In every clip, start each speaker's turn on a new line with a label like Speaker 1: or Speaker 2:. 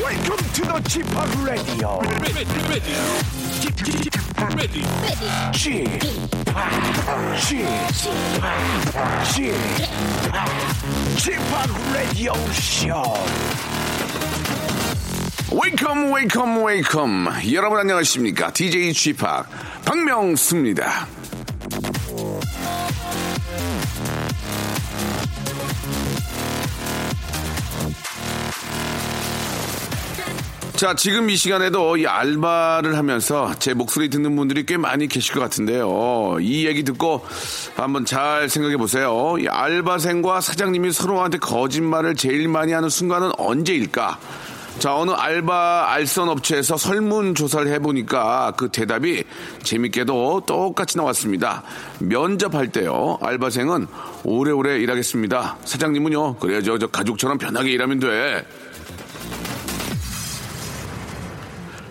Speaker 1: Welcome to the Chip Radio. Chip Chip Chip Radio Show.
Speaker 2: 웨이컴 웨이컴 웨이컴 여러분 안녕하십니까 DJ 쥐팍 박명수입니다 자 지금 이 시간에도 이 알바를 하면서 제 목소리 듣는 분들이 꽤 많이 계실 것 같은데요 이 얘기 듣고 한번 잘 생각해 보세요 이 알바생과 사장님이 서로한테 거짓말을 제일 많이 하는 순간은 언제일까 자, 어느 알바 알선 업체에서 설문 조사를 해보니까 그 대답이 재밌게도 똑같이 나왔습니다. 면접할 때요, 알바생은 오래오래 일하겠습니다. 사장님은요, 그래, 저, 저 가족처럼 편하게 일하면 돼.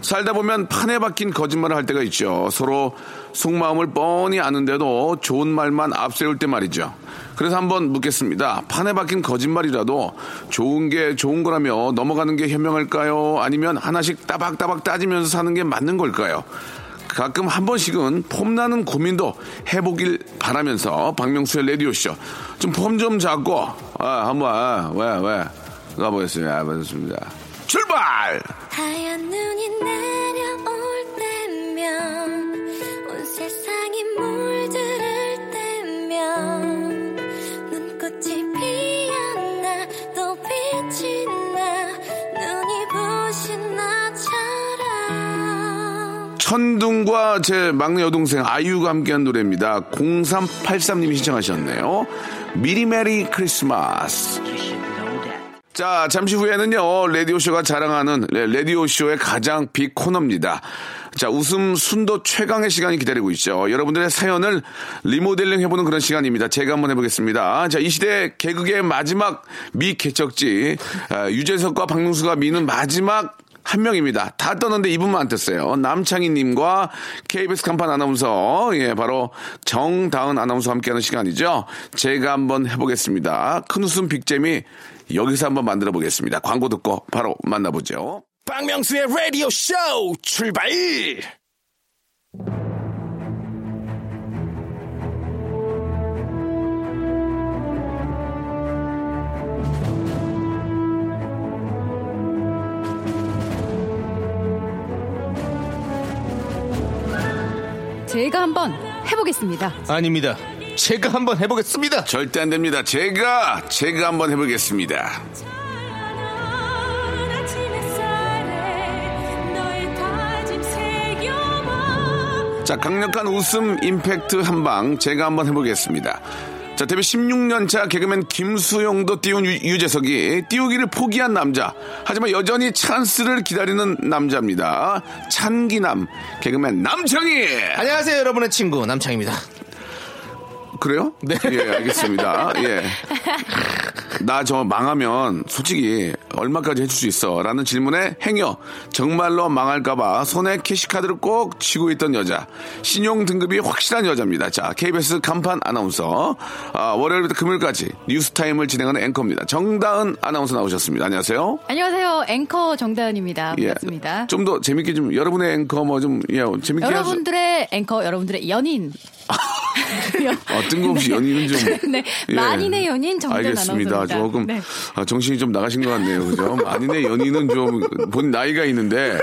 Speaker 2: 살다 보면 판에 박힌 거짓말을 할 때가 있죠. 서로 속마음을 뻔히 아는데도 좋은 말만 앞세울 때 말이죠. 그래서 한번 묻겠습니다. 판에 박힌 거짓말이라도 좋은 게 좋은 거라며 넘어가는 게 현명할까요? 아니면 하나씩 따박따박 따지면서 사는 게 맞는 걸까요? 가끔 한 번씩은 폼나는 고민도 해보길 바라면서 박명수의 레디오쇼 좀 폼 좀 잡고 아, 한번 왜왜 가보겠습니다. 아, 반갑습니다. 출발!
Speaker 3: 하얀 눈이 내려올 때면 온 세상이 물들을 때면 눈꽃이 피었나 또 빛이 나 눈이 부신 나처럼
Speaker 2: 천둥과 제 막내 여동생 아이유가 함께한 노래입니다. 0383님이 신청하셨네요. 미리 메리 크리스마스. 자, 잠시 후에는요, 라디오쇼가 자랑하는 레- 라디오쇼의 가장 빅 코너입니다. 자, 웃음 순도 최강의 시간이 기다리고 있죠. 여러분들의 사연을 리모델링 해보는 그런 시간입니다. 제가 한번 해보겠습니다. 자, 이 시대 개그의 마지막 미 개척지, 아, 유재석과 박명수가 미는 마지막 한 명입니다. 다 떴는데 이분만 안 떴어요. 남창희님과 KBS 간판 아나운서, 예, 바로 정다은 아나운서와 함께하는 시간이죠. 제가 한번 해보겠습니다. 큰 웃음 빅잼이 여기서 한번 만들어 보겠습니다. 광고 듣고 바로 만나보죠.
Speaker 1: 박명수의 라디오 쇼 출발!
Speaker 4: 제가 한번 해보겠습니다.
Speaker 1: 아닙니다. 제가 한번 해보겠습니다.
Speaker 2: 절대 안 됩니다. 제가, 제가 한번 해보겠습니다.
Speaker 3: 찬란한 아침 햇살에 너의 다짐 새겨봐
Speaker 2: 자, 강력한 웃음 임팩트 한방 제가 한번 해보겠습니다. 자, 데뷔 16년 차 개그맨 김수용도 띄운 유, 재석이 띄우기를 포기한 남자. 하지만 여전히 찬스를 기다리는 남자입니다. 찬기남 개그맨 남창희.
Speaker 1: 안녕하세요, 여러분의 친구 남창입니다.
Speaker 2: 그래요? 네. 예, 알겠습니다. 예. 나 저 망하면 솔직히 얼마까지 해줄 수 있어? 라는 질문에 행여 정말로 망할까봐 손에 캐시카드를 꼭 쥐고 있던 여자. 신용등급이 확실한 여자입니다. 자, KBS 간판 아나운서. 아, 월요일부터 금요일까지 뉴스타임을 진행하는 앵커입니다. 정다은 아나운서 나오셨습니다. 안녕하세요.
Speaker 4: 안녕하세요 앵커 정다은입니다. 반갑습니다.
Speaker 2: 예. 좀 더 재밌게 좀 여러분의 앵커 뭐 좀, 예, 재밌게 하세요.
Speaker 4: 여러분들의 앵커 여러분들의 연인.
Speaker 2: 아, 뜬금없이 연인은 좀. 예.
Speaker 4: 네, 만인의 연인 정다은
Speaker 2: 알겠습니다.
Speaker 4: 아나운서입니다.
Speaker 2: 조금
Speaker 4: 네.
Speaker 2: 아, 정신이 좀 나가신 것 같네요. 그죠? 만인의 연인은 좀 본 나이가 있는데.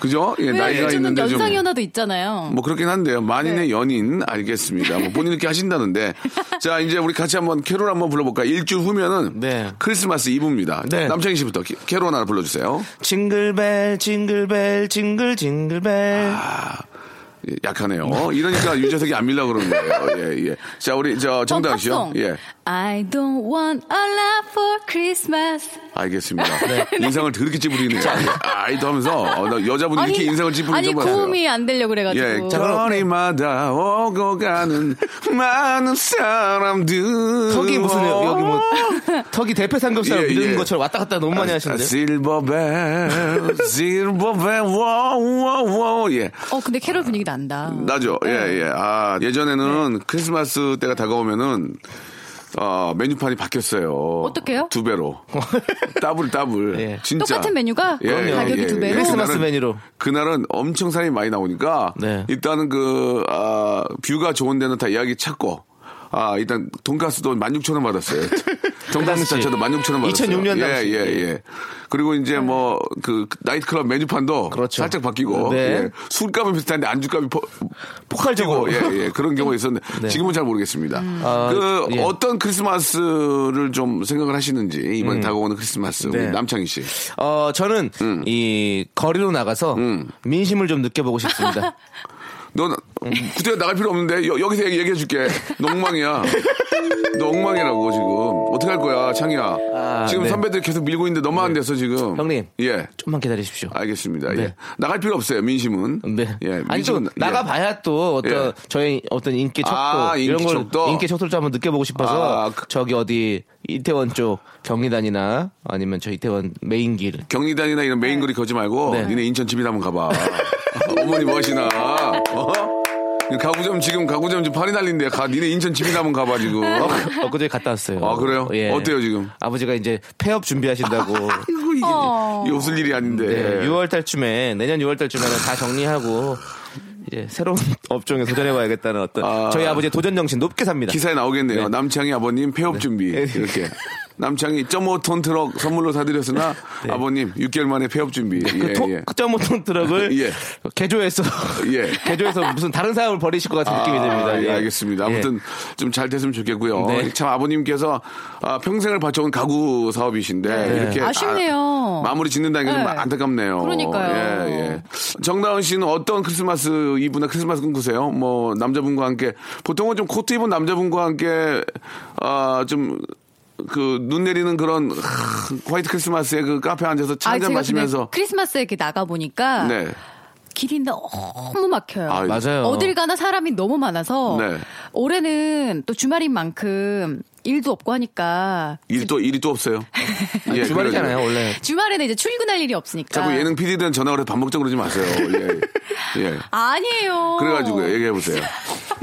Speaker 2: 그죠? 예,
Speaker 4: 왜
Speaker 2: 나이가
Speaker 4: 네, 요즘은
Speaker 2: 있는데 좀.
Speaker 4: 연상 연하도 네. 있잖아요.
Speaker 2: 뭐 그렇긴 한데요. 만인의 연인 알겠습니다. 뭐 본인 이렇게 하신다는데 자 이제 우리 같이 한번 캐롤 한번 불러볼까? 요 일주 후면은
Speaker 1: 네.
Speaker 2: 크리스마스 이브입니다.
Speaker 1: 네.
Speaker 2: 남창희 씨부터 캐- 캐롤 하나 불러주세요. 아,
Speaker 1: 징글벨, 징글벨, 징글, 징글벨.
Speaker 2: 예, 약하네요. 어, 이러니까 유재석이 안 밀라 그러는 거예요. 예, 예. 자, 우리 저 정다은 씨요.
Speaker 4: 팝송.
Speaker 2: 예.
Speaker 4: I don't want a lot for Christmas.
Speaker 2: 알겠습니다.
Speaker 4: 네.
Speaker 2: 인상을 더럽게 찌푸리네요. 예. 아이도 하면서 어, 나 여자분이 이렇게 인상을 찌푸리는
Speaker 4: 아니
Speaker 2: 줄 몰랐어요.
Speaker 4: 고음이 안 되려고
Speaker 2: 예,
Speaker 4: 그래가지고.
Speaker 2: 거리마다 오고 가는 많은 사람들.
Speaker 1: 턱이 무슨 여기 뭐 턱이 대패 삼겹살
Speaker 2: 그 예,
Speaker 1: 밀는
Speaker 2: 예.
Speaker 1: 것처럼 왔다 갔다 너무 많이
Speaker 2: 아,
Speaker 1: 하시는데.
Speaker 2: 실버벨, 실버벨, 와우, 와우, 와우. 예.
Speaker 4: 어 근데 캐롤 분위기 난다.
Speaker 2: 나죠.
Speaker 4: 네.
Speaker 2: 예, 예. 아, 예전에는 크리스마스 때가 다가오면은 어, 메뉴판이 바뀌었어요.
Speaker 4: 어떻게요? 네.
Speaker 2: 두 배로. 더블, 더블.
Speaker 1: 예.
Speaker 2: 진짜.
Speaker 4: 똑같은 메뉴가
Speaker 2: 예,
Speaker 4: 가격이
Speaker 2: 예,
Speaker 4: 두
Speaker 2: 예.
Speaker 4: 배로.
Speaker 1: 크리스마스
Speaker 2: 그날은-
Speaker 1: 메뉴로.
Speaker 2: 그날은 엄청 사람이 많이 나오니까
Speaker 1: 네.
Speaker 2: 일단은 그 아, 뷰가 좋은 데는 다 이야기 찾고 아 일단 돈가스도 16,000원 받았어요. 정당
Speaker 1: 그렇지.
Speaker 2: 자체도 16,000원 받았어요.
Speaker 1: 2006년 당시.
Speaker 2: 예, 예, 예. 그리고 이제 뭐 그 나이트클럽 메뉴판도
Speaker 1: 그렇죠.
Speaker 2: 살짝 바뀌고
Speaker 1: 네.
Speaker 2: 예. 술값은 비슷한데 안주값이 포,
Speaker 1: 폭발적으로.
Speaker 2: 예, 예. 그런 경우가 있었는데 지금은 잘 모르겠습니다.
Speaker 1: 네. 아,
Speaker 2: 그
Speaker 1: 예.
Speaker 2: 어떤 크리스마스를 좀 생각을 하시는지 이번 다가오는 크리스마스 우리
Speaker 1: 음. 네.
Speaker 2: 남창희 씨.
Speaker 1: 어 저는
Speaker 2: 음.
Speaker 1: 이 거리로 나가서 민심을 좀 느껴보고 싶습니다.
Speaker 2: 넌 그때 나갈 필요 없는데 여, 기서 얘기, 해 줄게. 너 엉망이야. 너 엉망이라고 지금. 어떻게 할 거야, 창이야.
Speaker 1: 아,
Speaker 2: 지금
Speaker 1: 네.
Speaker 2: 선배들 계속 밀고 있는데 너만 안 돼서 지금.
Speaker 1: 형님.
Speaker 2: 예.
Speaker 1: 좀만 기다리십시오.
Speaker 2: 알겠습니다. 예.
Speaker 1: 네.
Speaker 2: 나갈 필요 없어요, 민심은.
Speaker 1: 네.
Speaker 2: 예.
Speaker 1: 아니 좀
Speaker 2: 민심은-
Speaker 1: 나가봐야 또 어떤
Speaker 2: 예.
Speaker 1: 저희 어떤 인기 척도
Speaker 2: 아, 인기
Speaker 1: 이런 걸
Speaker 2: 척도?
Speaker 1: 인기 척도를 좀 한번 느껴보고 싶어서
Speaker 2: 아, 그-
Speaker 1: 저기 어디 이태원 쪽 경리단이나 아니면 저 이태원 메인길
Speaker 2: 경리단이나 이런 메인 거리 거지 말고
Speaker 1: 네.
Speaker 2: 니네 인천 집이나 한번 가봐. 어머니 뭐 하시나? 어? 가구점 지금 가구점 지금 팔이 날린데 가 니네 인천 집이나 한번 가봐 지금.
Speaker 1: 엊그제 갔다 왔어요. 예.
Speaker 2: 아, 그래요? 어때요, 지금?
Speaker 1: 아버지가 이제 폐업 준비하신다고.
Speaker 2: 아이고, 이게,
Speaker 4: 어,
Speaker 2: 이게 없을 일이 아닌데.
Speaker 1: 네, 6월 달쯤에 내년 6월 달쯤에는 다 정리하고 이제 새로운 업종에 도전해봐야겠다는 어떤
Speaker 2: 아.
Speaker 1: 저희 아버지의 도전 정신 높게 삽니다.
Speaker 2: 기사에 나오겠네요.
Speaker 1: 네.
Speaker 2: 남창희 아버님 폐업 준비 이렇게. 남창희 1.5톤 트럭 선물로 사드렸으나 아버님 6개월 만에 폐업 준비.
Speaker 1: 네. 그
Speaker 2: 예,
Speaker 1: 통-
Speaker 2: 예.
Speaker 1: 9.5톤 트럭을
Speaker 2: 예.
Speaker 1: 개조해서
Speaker 2: 예.
Speaker 1: 개조해서 무슨 다른 사업을 벌이실 것 같은 느낌이 듭니다.
Speaker 2: 아, 예,
Speaker 1: 예.
Speaker 2: 알겠습니다.
Speaker 1: 예.
Speaker 2: 아무튼 좀 잘 됐으면 좋겠고요.
Speaker 1: 네.
Speaker 2: 참 아버님께서 아, 평생을 바쳐온 가구
Speaker 1: 네.
Speaker 2: 사업이신데 이렇게
Speaker 4: 아쉽네요.
Speaker 2: 아, 마무리 짓는다는 게 좀
Speaker 4: 어. 네.
Speaker 2: 안타깝네요.
Speaker 4: 그러니까요.
Speaker 2: 예, 예. 정다은 씨는 어떤 크리스마스 이브나 크리스마스 꿈꾸세요? 뭐 남자분과 함께 보통은 좀 코트 입은 남자분과 함께 아, 좀 그 눈 내리는 그런 하, 화이트 크리스마스에 그 카페 앉아서 차
Speaker 4: 아,
Speaker 2: 한잔
Speaker 4: 제가
Speaker 2: 마시면서
Speaker 4: 근데 아. 크리스마스에 이렇게 나가 보니까
Speaker 2: 네.
Speaker 4: 길이 너무 막혀요.
Speaker 2: 아,
Speaker 1: 맞아요.
Speaker 4: 어딜 가나 사람이 너무 많아서
Speaker 2: 네.
Speaker 4: 올해는 또 주말인 만큼 일도 없고 하니까
Speaker 2: 일도 일이 또 없어요. 예,
Speaker 1: 주말이잖아요
Speaker 2: 그래가지고.
Speaker 1: 원래.
Speaker 4: 주말에는 이제 출근할 일이 없으니까.
Speaker 2: 자꾸 예능 PD들은 전화를 밥 먹자고 그러지 마세요. 예. 예.
Speaker 4: 아니에요.
Speaker 2: 그래가지고 예. 얘기해보세요.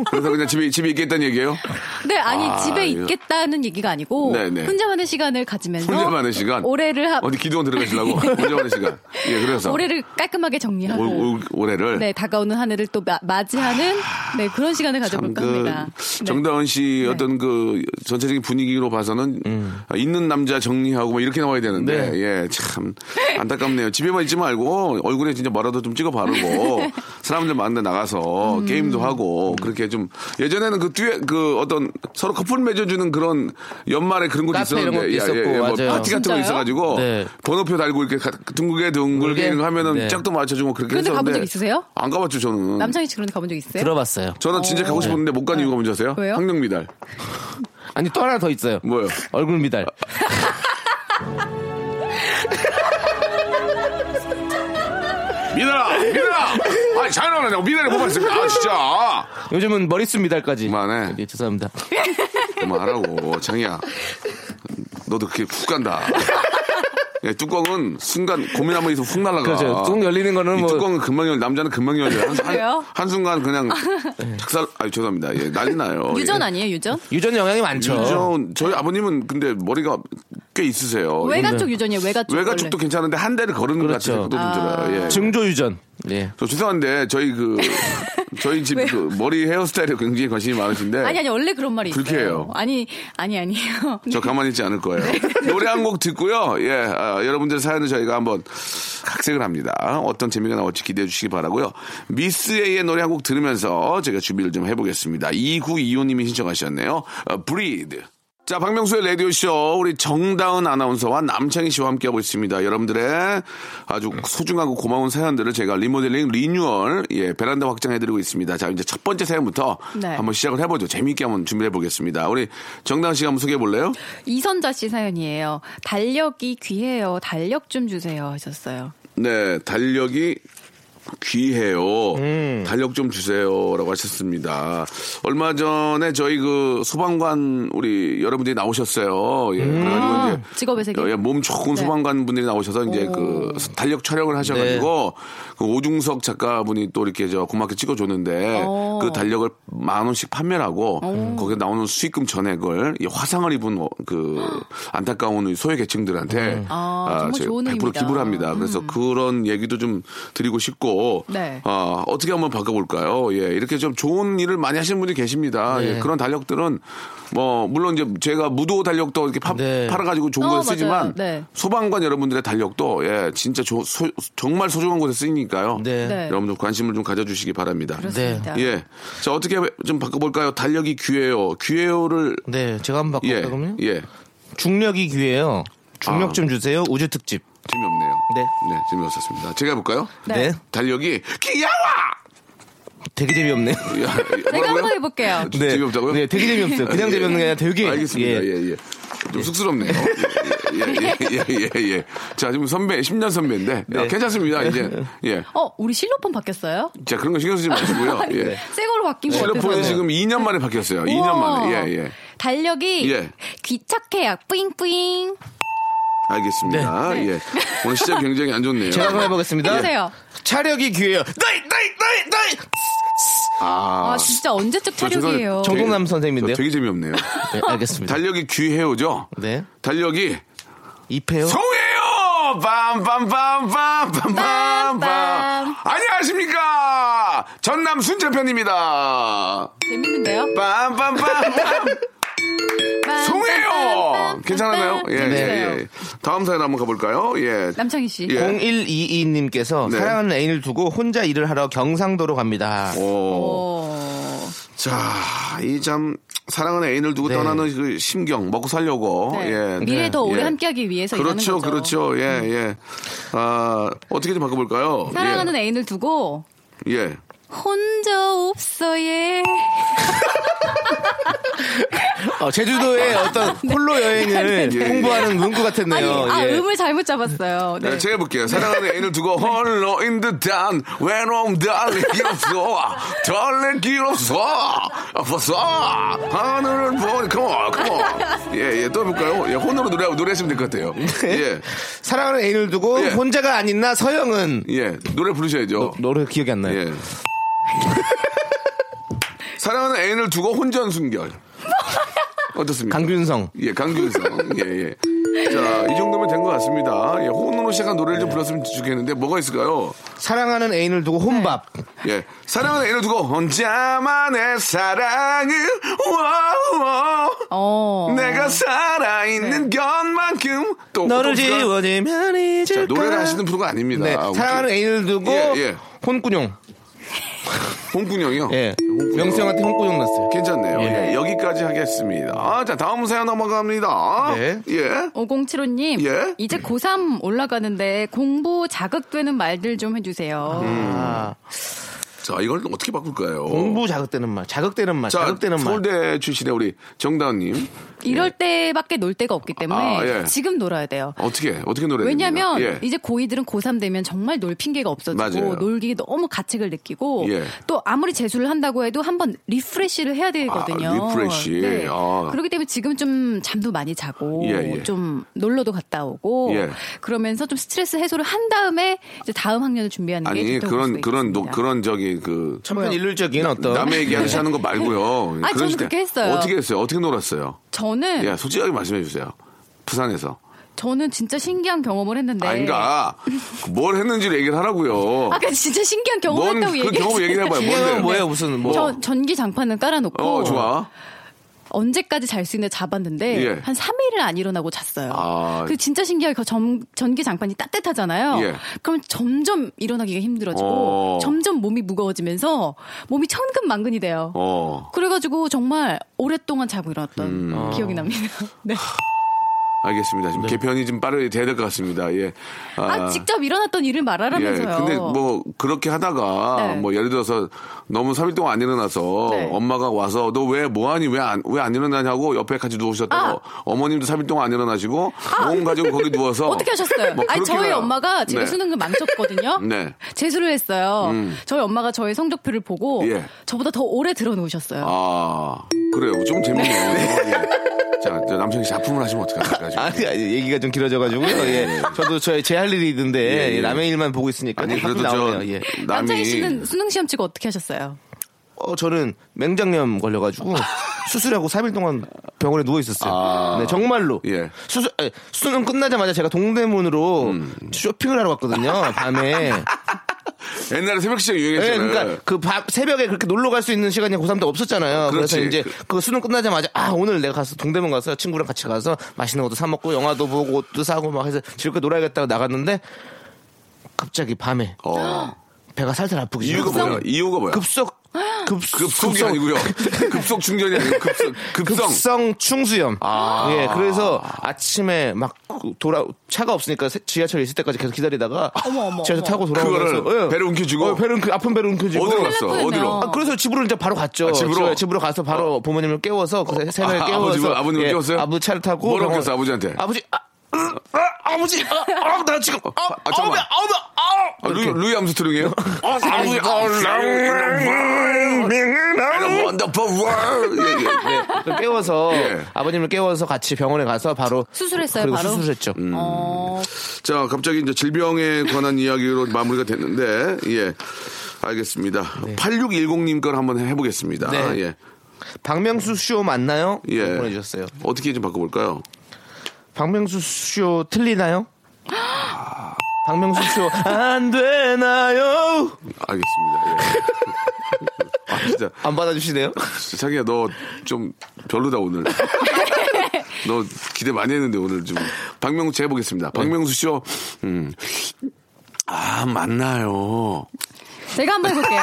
Speaker 2: 그래서 그냥 집에, 집에 있겠다는 얘기예요
Speaker 4: 네, 아니
Speaker 2: 아,
Speaker 4: 집에
Speaker 2: 이거.
Speaker 4: 있겠다는 얘기가 아니고
Speaker 2: 네, 네.
Speaker 4: 혼자만의 시간을 가지면서
Speaker 2: 혼자만의 시간.
Speaker 4: 올해를 하,
Speaker 2: 어디 기도원 들어가시려고? 혼자만의 시간. 예, 그래서.
Speaker 4: 네. 올해를 깔끔하게 정리하고
Speaker 2: 올, 를
Speaker 4: 네, 다가오는 한 해를 또 마- 맞이하는 네, 그런 시간을 가져볼까 합니다. 네.
Speaker 2: 정다은 씨 어떤 그 전체적인 분위기로 봐서는
Speaker 1: 음.
Speaker 2: 아, 있는 남자 정리하고 뭐 이렇게 나와야 되는데
Speaker 1: 네.
Speaker 2: 예, 참 안타깝네요. 집에만 있지 말고 얼굴에 진짜 뭐라도 좀 찍어 바르고 사람들 만나 나가서
Speaker 4: 음.
Speaker 2: 게임도
Speaker 1: 음.
Speaker 2: 하고 그렇게 좀 예전에는 그 뒤에 그 어떤 서로 커플 맺어주는 그런 연말에 그런 것도
Speaker 1: 카페 이런
Speaker 2: 있었는데
Speaker 1: 것도 있었고,
Speaker 2: 뭐
Speaker 1: 맞아요.
Speaker 2: 파티 같은 거
Speaker 4: 진짜요?
Speaker 2: 있어가지고
Speaker 1: 네.
Speaker 2: 번호표 달고 이렇게 가- 둥글게 둥글게
Speaker 1: 둥글게?
Speaker 2: 이렇게 하면은
Speaker 1: 네.
Speaker 2: 짝도 맞춰주고 그렇게
Speaker 4: 그런데
Speaker 2: 했었는데
Speaker 4: 가본 적 있으세요?
Speaker 2: 안 가봤죠 저는.
Speaker 4: 남창희 씨 그런데 가본 적 있어요?
Speaker 1: 들어봤어요.
Speaker 2: 저는 진짜 가고 싶었는데 못 간 이유가 뭔지 아세요?
Speaker 4: 네. 왜요?
Speaker 2: 학력 미달.
Speaker 1: 아니 또 하나 더 있어요.
Speaker 2: 뭐요?
Speaker 1: 얼굴 미달.
Speaker 2: 미달아! 미달아! 아니, 장난하냐고. 미달이 뭐가 있습니까? 아, 진짜.
Speaker 1: 요즘은 머리숱 미달까지.
Speaker 2: 그만해.
Speaker 1: 예, 죄송합니다.
Speaker 2: 아. 그만하라고. 장이야. 너도 그렇게 훅 간다. 예, 뚜껑은 순간 고민 한번 있으면 훅 날라가.
Speaker 1: 그렇죠. 뚜껑 열리는 거는
Speaker 2: 이
Speaker 1: 뭐-
Speaker 2: 뚜껑은 금방 열, 남자는 금방 열려요. 한,
Speaker 4: 그래요?
Speaker 2: 순간 그냥 작살, 아 죄송합니다. 예, 난리 나요. 예.
Speaker 4: 유전 아니에요, 유전?
Speaker 1: 유전 영향이 많죠.
Speaker 2: 유전, 저희 아버님은 근데 머리가 꽤 어, 있으세요.
Speaker 4: 외가 쪽 유전이에요, 외가 쪽.
Speaker 2: 외가
Speaker 4: 원래. 아.
Speaker 2: 쪽도 괜찮은데 한 대를 걸은 것 같은
Speaker 1: 그렇죠.
Speaker 2: 생각도 좀 들어요. 예.
Speaker 1: 증조 유전. 예.
Speaker 2: 저 죄송한데 저희 그 저희 집 그 머리 헤어스타일에 굉장히 관심이 많으신데
Speaker 4: 아니 아니 원래 그런 말이
Speaker 2: 불쾌해요.
Speaker 4: 있어요. 아니 아니 아니에요.
Speaker 2: 저 가만히 있지 않을 거예요. 노래 한 곡 듣고요. 예, 아, 여러분들 사연을 저희가 한번 각색을 합니다. 어떤 재미가 나올지 기대해 주시기 바라고요. 미스 A의 노래 한 곡 들으면서 제가 준비를 좀 해보겠습니다. 2925님이 신청하셨네요. 어, 브리드. 자, 박명수의 라디오쇼, 우리 정다은 아나운서와 남창희 씨와 함께하고 있습니다. 여러분들의 아주 소중하고 고마운 사연들을 제가 리모델링, 리뉴얼, 예, 베란다 확장해드리고 있습니다. 자, 이제 첫 번째 사연부터
Speaker 4: 네.
Speaker 2: 한번 시작을 해보죠. 재미있게 한번 준비해보겠습니다. 우리 정다은 씨가 한번 소개해볼래요?
Speaker 4: 이선자 씨 사연이에요. 달력이 귀해요. 달력 좀 주세요. 하셨어요.
Speaker 2: 네, 달력이 귀해요. 달력 좀 주세요라고 하셨습니다. 얼마 전에 저희 그 소방관 우리 여러분들이 나오셨어요. 예. 그래가지고 이제
Speaker 4: 아, 직업의 세계.
Speaker 2: 예, 몸 좋은
Speaker 4: 네.
Speaker 2: 소방관 분들이 나오셔서 이제 그 달력 촬영을 하셔가지고
Speaker 4: 네.
Speaker 2: 그 오중석 작가분이 또 이렇게 저 고맙게 찍어줬는데
Speaker 4: 오.
Speaker 2: 그 달력을 만 원씩 판매하고 거기에 나오는 수익금 전액을 이 화상을 입은 어, 그 안타까운 우리 소외 계층들한테
Speaker 4: 아, 정말
Speaker 2: 제가
Speaker 4: 좋은
Speaker 2: 100%
Speaker 4: 의미다. 음.
Speaker 2: 기부를 합니다. 그래서 그런 얘기도 좀 드리고 싶고
Speaker 4: 네.
Speaker 2: 어, 어떻게 한번 바꿔볼까요? 예, 이렇게 좀 좋은 일을 많이 하시는 분이 계십니다.
Speaker 4: 네.
Speaker 2: 예, 그런 달력들은 뭐 물론 이제 제가 무도 달력도 이렇게 파,
Speaker 1: 네.
Speaker 2: 팔아가지고 좋은
Speaker 4: 어,
Speaker 2: 곳에
Speaker 4: 맞아요.
Speaker 2: 쓰지만
Speaker 4: 네.
Speaker 2: 소방관 여러분들의 달력도 예 진짜 조- 소- 정말 소중한 곳에 쓰이니까요.
Speaker 1: 네.
Speaker 4: 네.
Speaker 2: 여러분들 관심을 좀 가져주시기 바랍니다.
Speaker 4: 그렇습니다.
Speaker 2: 예, 자 어떻게 좀 바꿔볼까요? 달력이 귀해요. 귀해요를
Speaker 1: 네, 제가 한번
Speaker 2: 예,
Speaker 1: 바꿔볼까요? 그럼요?
Speaker 2: 예,
Speaker 1: 중력이 귀해요. 중력
Speaker 2: 아.
Speaker 1: 좀 주세요. 우주 특집.
Speaker 2: 재미없네요.
Speaker 1: 네.
Speaker 2: 네, 재미없었습니다. 제가 해볼까요?
Speaker 1: 네.
Speaker 2: 달력이 귀여워.
Speaker 1: 되게 재미없네요.
Speaker 2: 야,
Speaker 4: 제가
Speaker 2: 뭐라고요?
Speaker 4: 한번 해볼게요.
Speaker 2: 네. 재미없다고요?
Speaker 1: 네, 되게 재미없어요. 그냥
Speaker 2: 예,
Speaker 1: 재미없는 게
Speaker 2: 예.
Speaker 1: 아니라 되게.
Speaker 2: 알겠습니다. 예, 예. 좀 쑥스럽네요. 예, 예, 예, 예, 예, 예. 자, 지금 선배, 10년 선배인데.
Speaker 1: 네.
Speaker 2: 아, 괜찮습니다, 이제. 예.
Speaker 4: 어, 우리 실로폰 바뀌었어요?
Speaker 2: 자, 그런 거 신경 쓰지 마시고요.
Speaker 1: 네.
Speaker 2: 예.
Speaker 4: 새 걸로 바뀐 것 같아서.
Speaker 2: 실로폰이 지금 2년 만에 바뀌었어요. 2년 만에. 예, 예.
Speaker 4: 달력이
Speaker 2: 예.
Speaker 4: 귀착해요. 뿌잉뿌잉.
Speaker 2: 알겠습니다. 예. 오늘 시작 굉장히 안 좋네요.
Speaker 1: 네. 제가 한번 해보겠습니다.
Speaker 4: 해주세요.
Speaker 1: 차력이 귀해요. 너이, 너이, 너이, 너이!
Speaker 4: 아,
Speaker 2: 아,
Speaker 4: 진짜 언제적
Speaker 2: 저 죄송해요.
Speaker 4: 차력이에요.
Speaker 1: 정- 정동남
Speaker 2: 되게-
Speaker 1: 선생님인데요?
Speaker 2: 저 되게 재미없네요.
Speaker 1: 네, 알겠습니다.
Speaker 2: 달력이 귀해요죠?
Speaker 1: 네.
Speaker 2: 달력이
Speaker 1: 입해요.
Speaker 2: 송해요! 빰빰빰빰빰빰빰!
Speaker 4: 빰빰.
Speaker 2: 안녕하십니까! 전남 순천편입니다.
Speaker 4: 재밌는데요?
Speaker 2: 빰빰빰빰! 송해요! 괜찮았나요? 예,
Speaker 1: 네.
Speaker 2: 예,
Speaker 4: 재밌어요.
Speaker 2: 예. 다음 사연 한번 가볼까요? 예.
Speaker 4: 남창희 씨.
Speaker 2: 예.
Speaker 1: 0122님께서
Speaker 2: 네.
Speaker 1: 사랑하는 애인을 두고 혼자 일을 하러 경상도로 갑니다.
Speaker 2: 오.
Speaker 4: 어.
Speaker 2: 어. 자, 이 참 사랑하는 애인을 두고
Speaker 1: 네.
Speaker 2: 떠나는 그 심경, 먹고 살려고.
Speaker 4: 네.
Speaker 2: 예.
Speaker 4: 미래 더 오래
Speaker 2: 예.
Speaker 4: 함께하기 위해서
Speaker 2: 그렇죠,
Speaker 4: 일하는 거죠. 음.
Speaker 2: 그렇죠. 예, 예. 아, 어떻게 좀 바꿔볼까요?
Speaker 4: 사랑하는 애인을 두고
Speaker 2: 예. 예.
Speaker 4: 혼자 없어 예.
Speaker 1: 어, 제주도의 어떤 홀로 여행을
Speaker 2: 네.
Speaker 1: 홍보하는 문구
Speaker 4: 아니,
Speaker 1: 같았네요.
Speaker 4: 아,
Speaker 1: 예.
Speaker 4: 음을 잘못 잡았어요. 네.
Speaker 2: 어, 네, 제가 볼게요. 사랑하는 애인을 두고 홀로인 듯한 외로움 달릴 길 없어. 달릴 길 없어. 없어. 하늘을 보니 컴온 컴온. 예, 예, 또 해볼까요? 예, 혼으로 노래, 노래하시면 될 것 같아요.
Speaker 4: 네.
Speaker 2: 예,
Speaker 1: 사랑하는 애인을 두고
Speaker 2: 예.
Speaker 1: 혼자가 아닌 나 서영은
Speaker 2: 예, 노래 부르셔야죠.
Speaker 1: 노래 기억이 안 나요.
Speaker 2: 예. 사랑하는 애인을 두고 혼전 순결. 어떻습니까?
Speaker 1: 강균성.
Speaker 2: 예, 강균성. 예, 예. 자, 이 정도면 된 것 같습니다. 예, 혼으로 시작한 노래를
Speaker 1: 네.
Speaker 2: 좀 불렀으면 좋겠는데 뭐가 있을까요?
Speaker 1: 사랑하는 애인을 두고 혼밥.
Speaker 2: 예. 사랑은 애를 두고 혼자만의 사랑을 와우
Speaker 4: 어.
Speaker 2: 내가 살아있는 것만큼 또
Speaker 1: 음. 네. 너를
Speaker 2: 또 제가-
Speaker 1: 지워지면
Speaker 2: 그 자,
Speaker 1: 잊을까.
Speaker 2: 노래를 하시는 프로가 아닙니다.
Speaker 1: 네,
Speaker 2: 아,
Speaker 1: 사랑하는 애인을 두고
Speaker 2: 예, 예.
Speaker 1: 혼꾸뇽.
Speaker 2: 홍군형이요.
Speaker 1: 예.
Speaker 2: 홍군형.
Speaker 1: 명수 형한테 혼꾸뇽 났어요.
Speaker 2: 괜찮네요.
Speaker 1: 예.
Speaker 2: 예, 여기까지 하겠습니다. 아, 자, 다음 사연 넘어갑니다.
Speaker 1: 네.
Speaker 2: 예.
Speaker 4: 5075님,
Speaker 2: 예?
Speaker 4: 이제 고3 올라가는데 공부 자극되는 말들 좀 해주세요.
Speaker 2: 음.
Speaker 1: 아,
Speaker 2: 자, 이걸 어떻게 바꿀까요?
Speaker 1: 공부 자극되는 말, 자극되는 말,
Speaker 2: 자,
Speaker 1: 자, 극되는 말.
Speaker 2: 서울대 출신의 우리 정다운님.
Speaker 4: 이럴 때밖에 놀 데가 없기 때문에
Speaker 2: 아, 예.
Speaker 4: 지금 놀아야 돼요.
Speaker 2: 어떻게, 어떻게 노래
Speaker 4: 왜냐면
Speaker 2: 예.
Speaker 4: 이제 고2들은 고3 되면 정말 놀 핑계가 없어지고
Speaker 2: 맞아요.
Speaker 4: 놀기 너무 가책을 느끼고
Speaker 2: 예.
Speaker 4: 또 아무리 재수를 한다고 해도 한번 리프레쉬를 해야 되거든요.
Speaker 2: 아, 리프레쉬.
Speaker 4: 네.
Speaker 2: 아.
Speaker 4: 그렇기 때문에 지금 좀 잠도 많이 자고
Speaker 2: 예, 예.
Speaker 4: 좀 놀러도 갔다 오고
Speaker 2: 예.
Speaker 4: 그러면서 좀 스트레스 해소를 한 다음에 이제 다음 학년을 준비하는 게
Speaker 2: 아니,
Speaker 4: 좋다고 볼
Speaker 2: 그런,
Speaker 4: 수
Speaker 2: 그런, 노-
Speaker 4: 있습니다.
Speaker 2: 그런 저기 그
Speaker 1: 천편 일률적인 어떤.
Speaker 2: 남의 얘기하듯이 하는 거 말고요.
Speaker 4: 아,
Speaker 2: 그런
Speaker 4: 저는
Speaker 2: 시대-
Speaker 4: 그렇게 했어요. 네.
Speaker 2: 어떻게 했어요? 어떻게 놀았어요?
Speaker 4: 저는
Speaker 2: 예, 솔직하게 말씀해 주세요. 부산에서.
Speaker 4: 저는 진짜 신기한 경험을 했는데
Speaker 2: 아, 그러니까 뭘 했는지를 얘기를 하라고요.
Speaker 4: 네. 아까 그러니까 진짜 신기한 경험을 했다고
Speaker 2: 뭔그
Speaker 4: 얘기했어요.
Speaker 2: 경험 얘기를 해봐요. 뭔데?
Speaker 1: 뭐예요, 무슨, 뭐.
Speaker 4: 어. 전 전기 장판을 깔아놓고
Speaker 2: 어, 좋아.
Speaker 4: 언제까지 잘 수 있나 잡았는데
Speaker 2: 예.
Speaker 4: 한 3일을 안 일어나고 잤어요.
Speaker 2: 아.
Speaker 4: 그 진짜 신기하게 그 점- 전기 장판이 따뜻하잖아요.
Speaker 2: 예.
Speaker 4: 그럼 점점 일어나기가 힘들어지고
Speaker 2: 어.
Speaker 4: 점점 몸이 무거워지면서 몸이 천근만근이 돼요.
Speaker 2: 어,
Speaker 4: 그래가지고 정말 오랫동안 자고 일어났던
Speaker 2: 음. 아.
Speaker 4: 기억이 납니다. 네.
Speaker 2: 알겠습니다. 지금 개편이 좀 빠르게 돼야 될 것 같습니다. 예.
Speaker 4: 아, 직접 일어났던 일을 말하라면서요.
Speaker 2: 근데 뭐 그렇게 하다가
Speaker 4: 네.
Speaker 2: 뭐 예를 들어서 너무 3일 동안 안 일어나서
Speaker 4: 네.
Speaker 2: 엄마가 와서 너 왜 뭐하니 왜 안 왜 안 일어나냐고 옆에 같이 누우셨다고
Speaker 4: 아.
Speaker 2: 어머님도 3일 동안 안 일어나시고 몸 가지고 거기 누워서
Speaker 4: 어떻게 하셨어요?
Speaker 2: 뭐
Speaker 4: 아니
Speaker 2: 그렇게
Speaker 4: 저희
Speaker 2: 가요.
Speaker 4: 엄마가 제가
Speaker 2: 네.
Speaker 4: 수능을 망쳤거든요.
Speaker 2: 네. 음.
Speaker 4: 재수를 했어요. 저희 엄마가 저의 성적표를 보고
Speaker 2: 예.
Speaker 4: 저보다 더 오래 들어놓으셨어요.
Speaker 2: 아 그래요 좀 재밌네요. 예. 자, 저 남성이 작품을 하시면 어떡합니까 지금?
Speaker 4: 네.
Speaker 1: 아니, 아니, 얘기가 좀 길어져가지고요. 예. 저도 저 제 할 일이 있는데
Speaker 2: 예, 예.
Speaker 1: 남의 일만 보고 있으니까
Speaker 2: 아니
Speaker 1: 자꾸
Speaker 2: 그래도 저
Speaker 1: 나오네요. 예.
Speaker 4: 남창희
Speaker 2: 남이
Speaker 4: 씨는 수능 시험 치고 어떻게 하셨어요?
Speaker 1: 어, 저는 맹장염 걸려가지고 수술하고 3일 동안 병원에 누워 있었어요.
Speaker 2: 아.
Speaker 1: 네, 정말로.
Speaker 2: 예.
Speaker 1: 수술 아니, 수능 끝나자마자 제가 동대문으로
Speaker 2: 음.
Speaker 1: 쇼핑을 하러 갔거든요. 밤에.
Speaker 2: 옛날에 새벽
Speaker 4: 네,
Speaker 2: 시장
Speaker 1: 예,
Speaker 2: 유행했잖아요.
Speaker 1: 그러니까 그 밤 새벽에 그렇게 놀러 갈 수 있는 시간이 고3 때 없었잖아요. 그래서
Speaker 2: 그렇지.
Speaker 1: 이제 그 수능 끝나자마자 아 오늘 내가 가서 동대문 가서 친구랑 같이 가서 맛있는 것도 사 먹고 영화도 보고 옷도 사고 막 해서 즐겁게 놀아야겠다고 나갔는데 갑자기 밤에
Speaker 2: 어.
Speaker 1: 배가 살살 아프기
Speaker 2: 이유가
Speaker 1: 시작했어요.
Speaker 2: 뭐야? 이유가 뭐야?
Speaker 1: 급속 급속
Speaker 2: 급속이 아니고요. 급속 충전이 아니고 급성 급성.
Speaker 1: 급성 충수염.
Speaker 2: 아.
Speaker 1: 예, 그래서 아침에 막 돌아 차가 없으니까 세- 지하철에 있을 때까지 계속 기다리다가
Speaker 4: 아,
Speaker 1: 지하철 타고 돌아오면서
Speaker 2: 그거를
Speaker 1: 예.
Speaker 2: 배를 움켜쥐고?
Speaker 1: 어, 배를 움켜- 아픈 배를 움켜쥐고
Speaker 2: 어디로 갔어?
Speaker 4: 큰일
Speaker 2: 어디로?
Speaker 4: 났네요.
Speaker 1: 아, 그래서 집으로 이제 바로 갔죠.
Speaker 2: 아, 집으로? 어.
Speaker 1: 집으로 가서 바로 부모님을 깨워서 그 새벽에
Speaker 2: 아,
Speaker 1: 깨워서 예,
Speaker 2: 아버지가- 아버님을 깨웠어요?
Speaker 1: 아버 차를 타고
Speaker 2: 뭐라고
Speaker 1: 병원-
Speaker 2: 했어, 아버지한테?
Speaker 1: 아버지 아, 음, 아, 아버지 아, 아, 나 지금 아,
Speaker 2: 아,
Speaker 1: 아,
Speaker 2: 잠깐만.
Speaker 1: 아우야 아우야
Speaker 2: 아,
Speaker 1: 아우
Speaker 2: 루이, 루이 암스트롱이에요? 아, 아버지, 원더풀
Speaker 1: 그 깨워서
Speaker 2: 예.
Speaker 1: 아버님을 깨워서 같이 병원에 가서 바로
Speaker 4: 수술했어요,
Speaker 1: 그리고
Speaker 4: 바로?
Speaker 1: 수술했죠.
Speaker 2: 음.
Speaker 4: 어,
Speaker 2: 자, 갑자기 이제 질병에 관한 이야기로 마무리가 됐는데, 예. 알겠습니다. 8610님 걸 한번 해보겠습니다.
Speaker 1: 네.
Speaker 2: 예.
Speaker 1: 박명수 쇼 맞나요?
Speaker 2: 예.
Speaker 1: 보내주셨어요.
Speaker 2: 어떻게 좀 바꿔볼까요?
Speaker 1: 박명수 쇼 틀리나요? 아, 박명수 쇼 안 되나요?
Speaker 2: 알겠습니다. 예. 아, 진짜.
Speaker 1: 안 받아주시네요.
Speaker 2: 자기야, 너 좀 별로다, 오늘. 너 기대 많이 했는데, 오늘 좀. 박명수 씨 해보겠습니다.
Speaker 1: 네.
Speaker 2: 박명수 씨요. 음. 아, 맞나요.
Speaker 4: 제가 한번 해볼게요.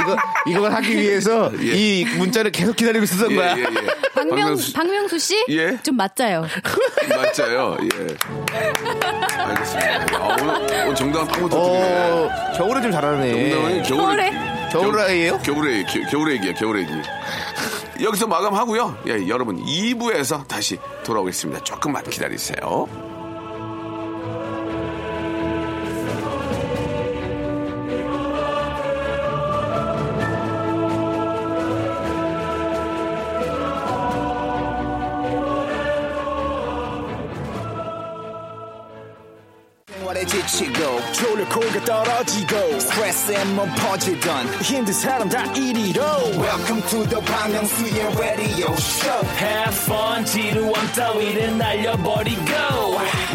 Speaker 1: 이거 이걸 하기 위해서 이 문자를 계속 기다리고 있었던
Speaker 2: 예,
Speaker 1: 거야.
Speaker 2: 예, 예.
Speaker 4: 박명,
Speaker 2: 박명수 씨.
Speaker 4: 박명수 씨?
Speaker 2: 예?
Speaker 4: 좀 맞자요.
Speaker 2: 맞아요. 예. 알겠습니다. 아, 오늘, 오늘 정답 아무것도 없네.
Speaker 1: 어, 겨울에 좀
Speaker 2: 정답은
Speaker 1: 잘하네.
Speaker 2: 겨울에.
Speaker 1: 겨울아이예요?
Speaker 2: 겨울에, 겨- 겨울에 얘기야, 겨울에 얘기. 여기서 마감하고요. 예, 여러분 2부에서 다시 돌아오겠습니다. 조금만 기다리세요.
Speaker 5: 생활에 지치고, 졸려 코가 떨어지고, 스트레스에 몸 퍼지던, 힘든 사람 다 이리로. welcome to the Bang Myung-soo's radio show
Speaker 6: Have fun 지루함 따위를 날려버리고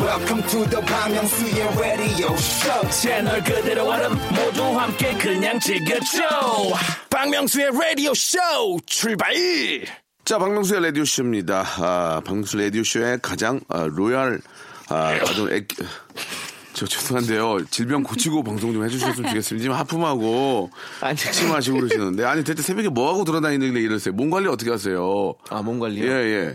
Speaker 5: welcome to the Bang Myung-soo's radio show
Speaker 6: 채널 그대로 와름 모두 함께 그냥 즐겨줘
Speaker 5: 박명수의 radio show 출발
Speaker 2: 자, 박명수의 라디오쇼입니다. 아, 박명수 라디오쇼의 가장 아, 로얄, 아, 아주 액, 저 죄송한데요. 질병 고치고 방송 좀 해주셨으면 좋겠습니다. 지금 하품하고
Speaker 1: 아니.
Speaker 2: 침하시고 그러시는데. 아니, 대체 새벽에 뭐하고 돌아다니길래 이러세요? 몸 관리 어떻게 하세요?
Speaker 1: 아, 몸
Speaker 2: 예,
Speaker 1: 관리요?
Speaker 2: 예.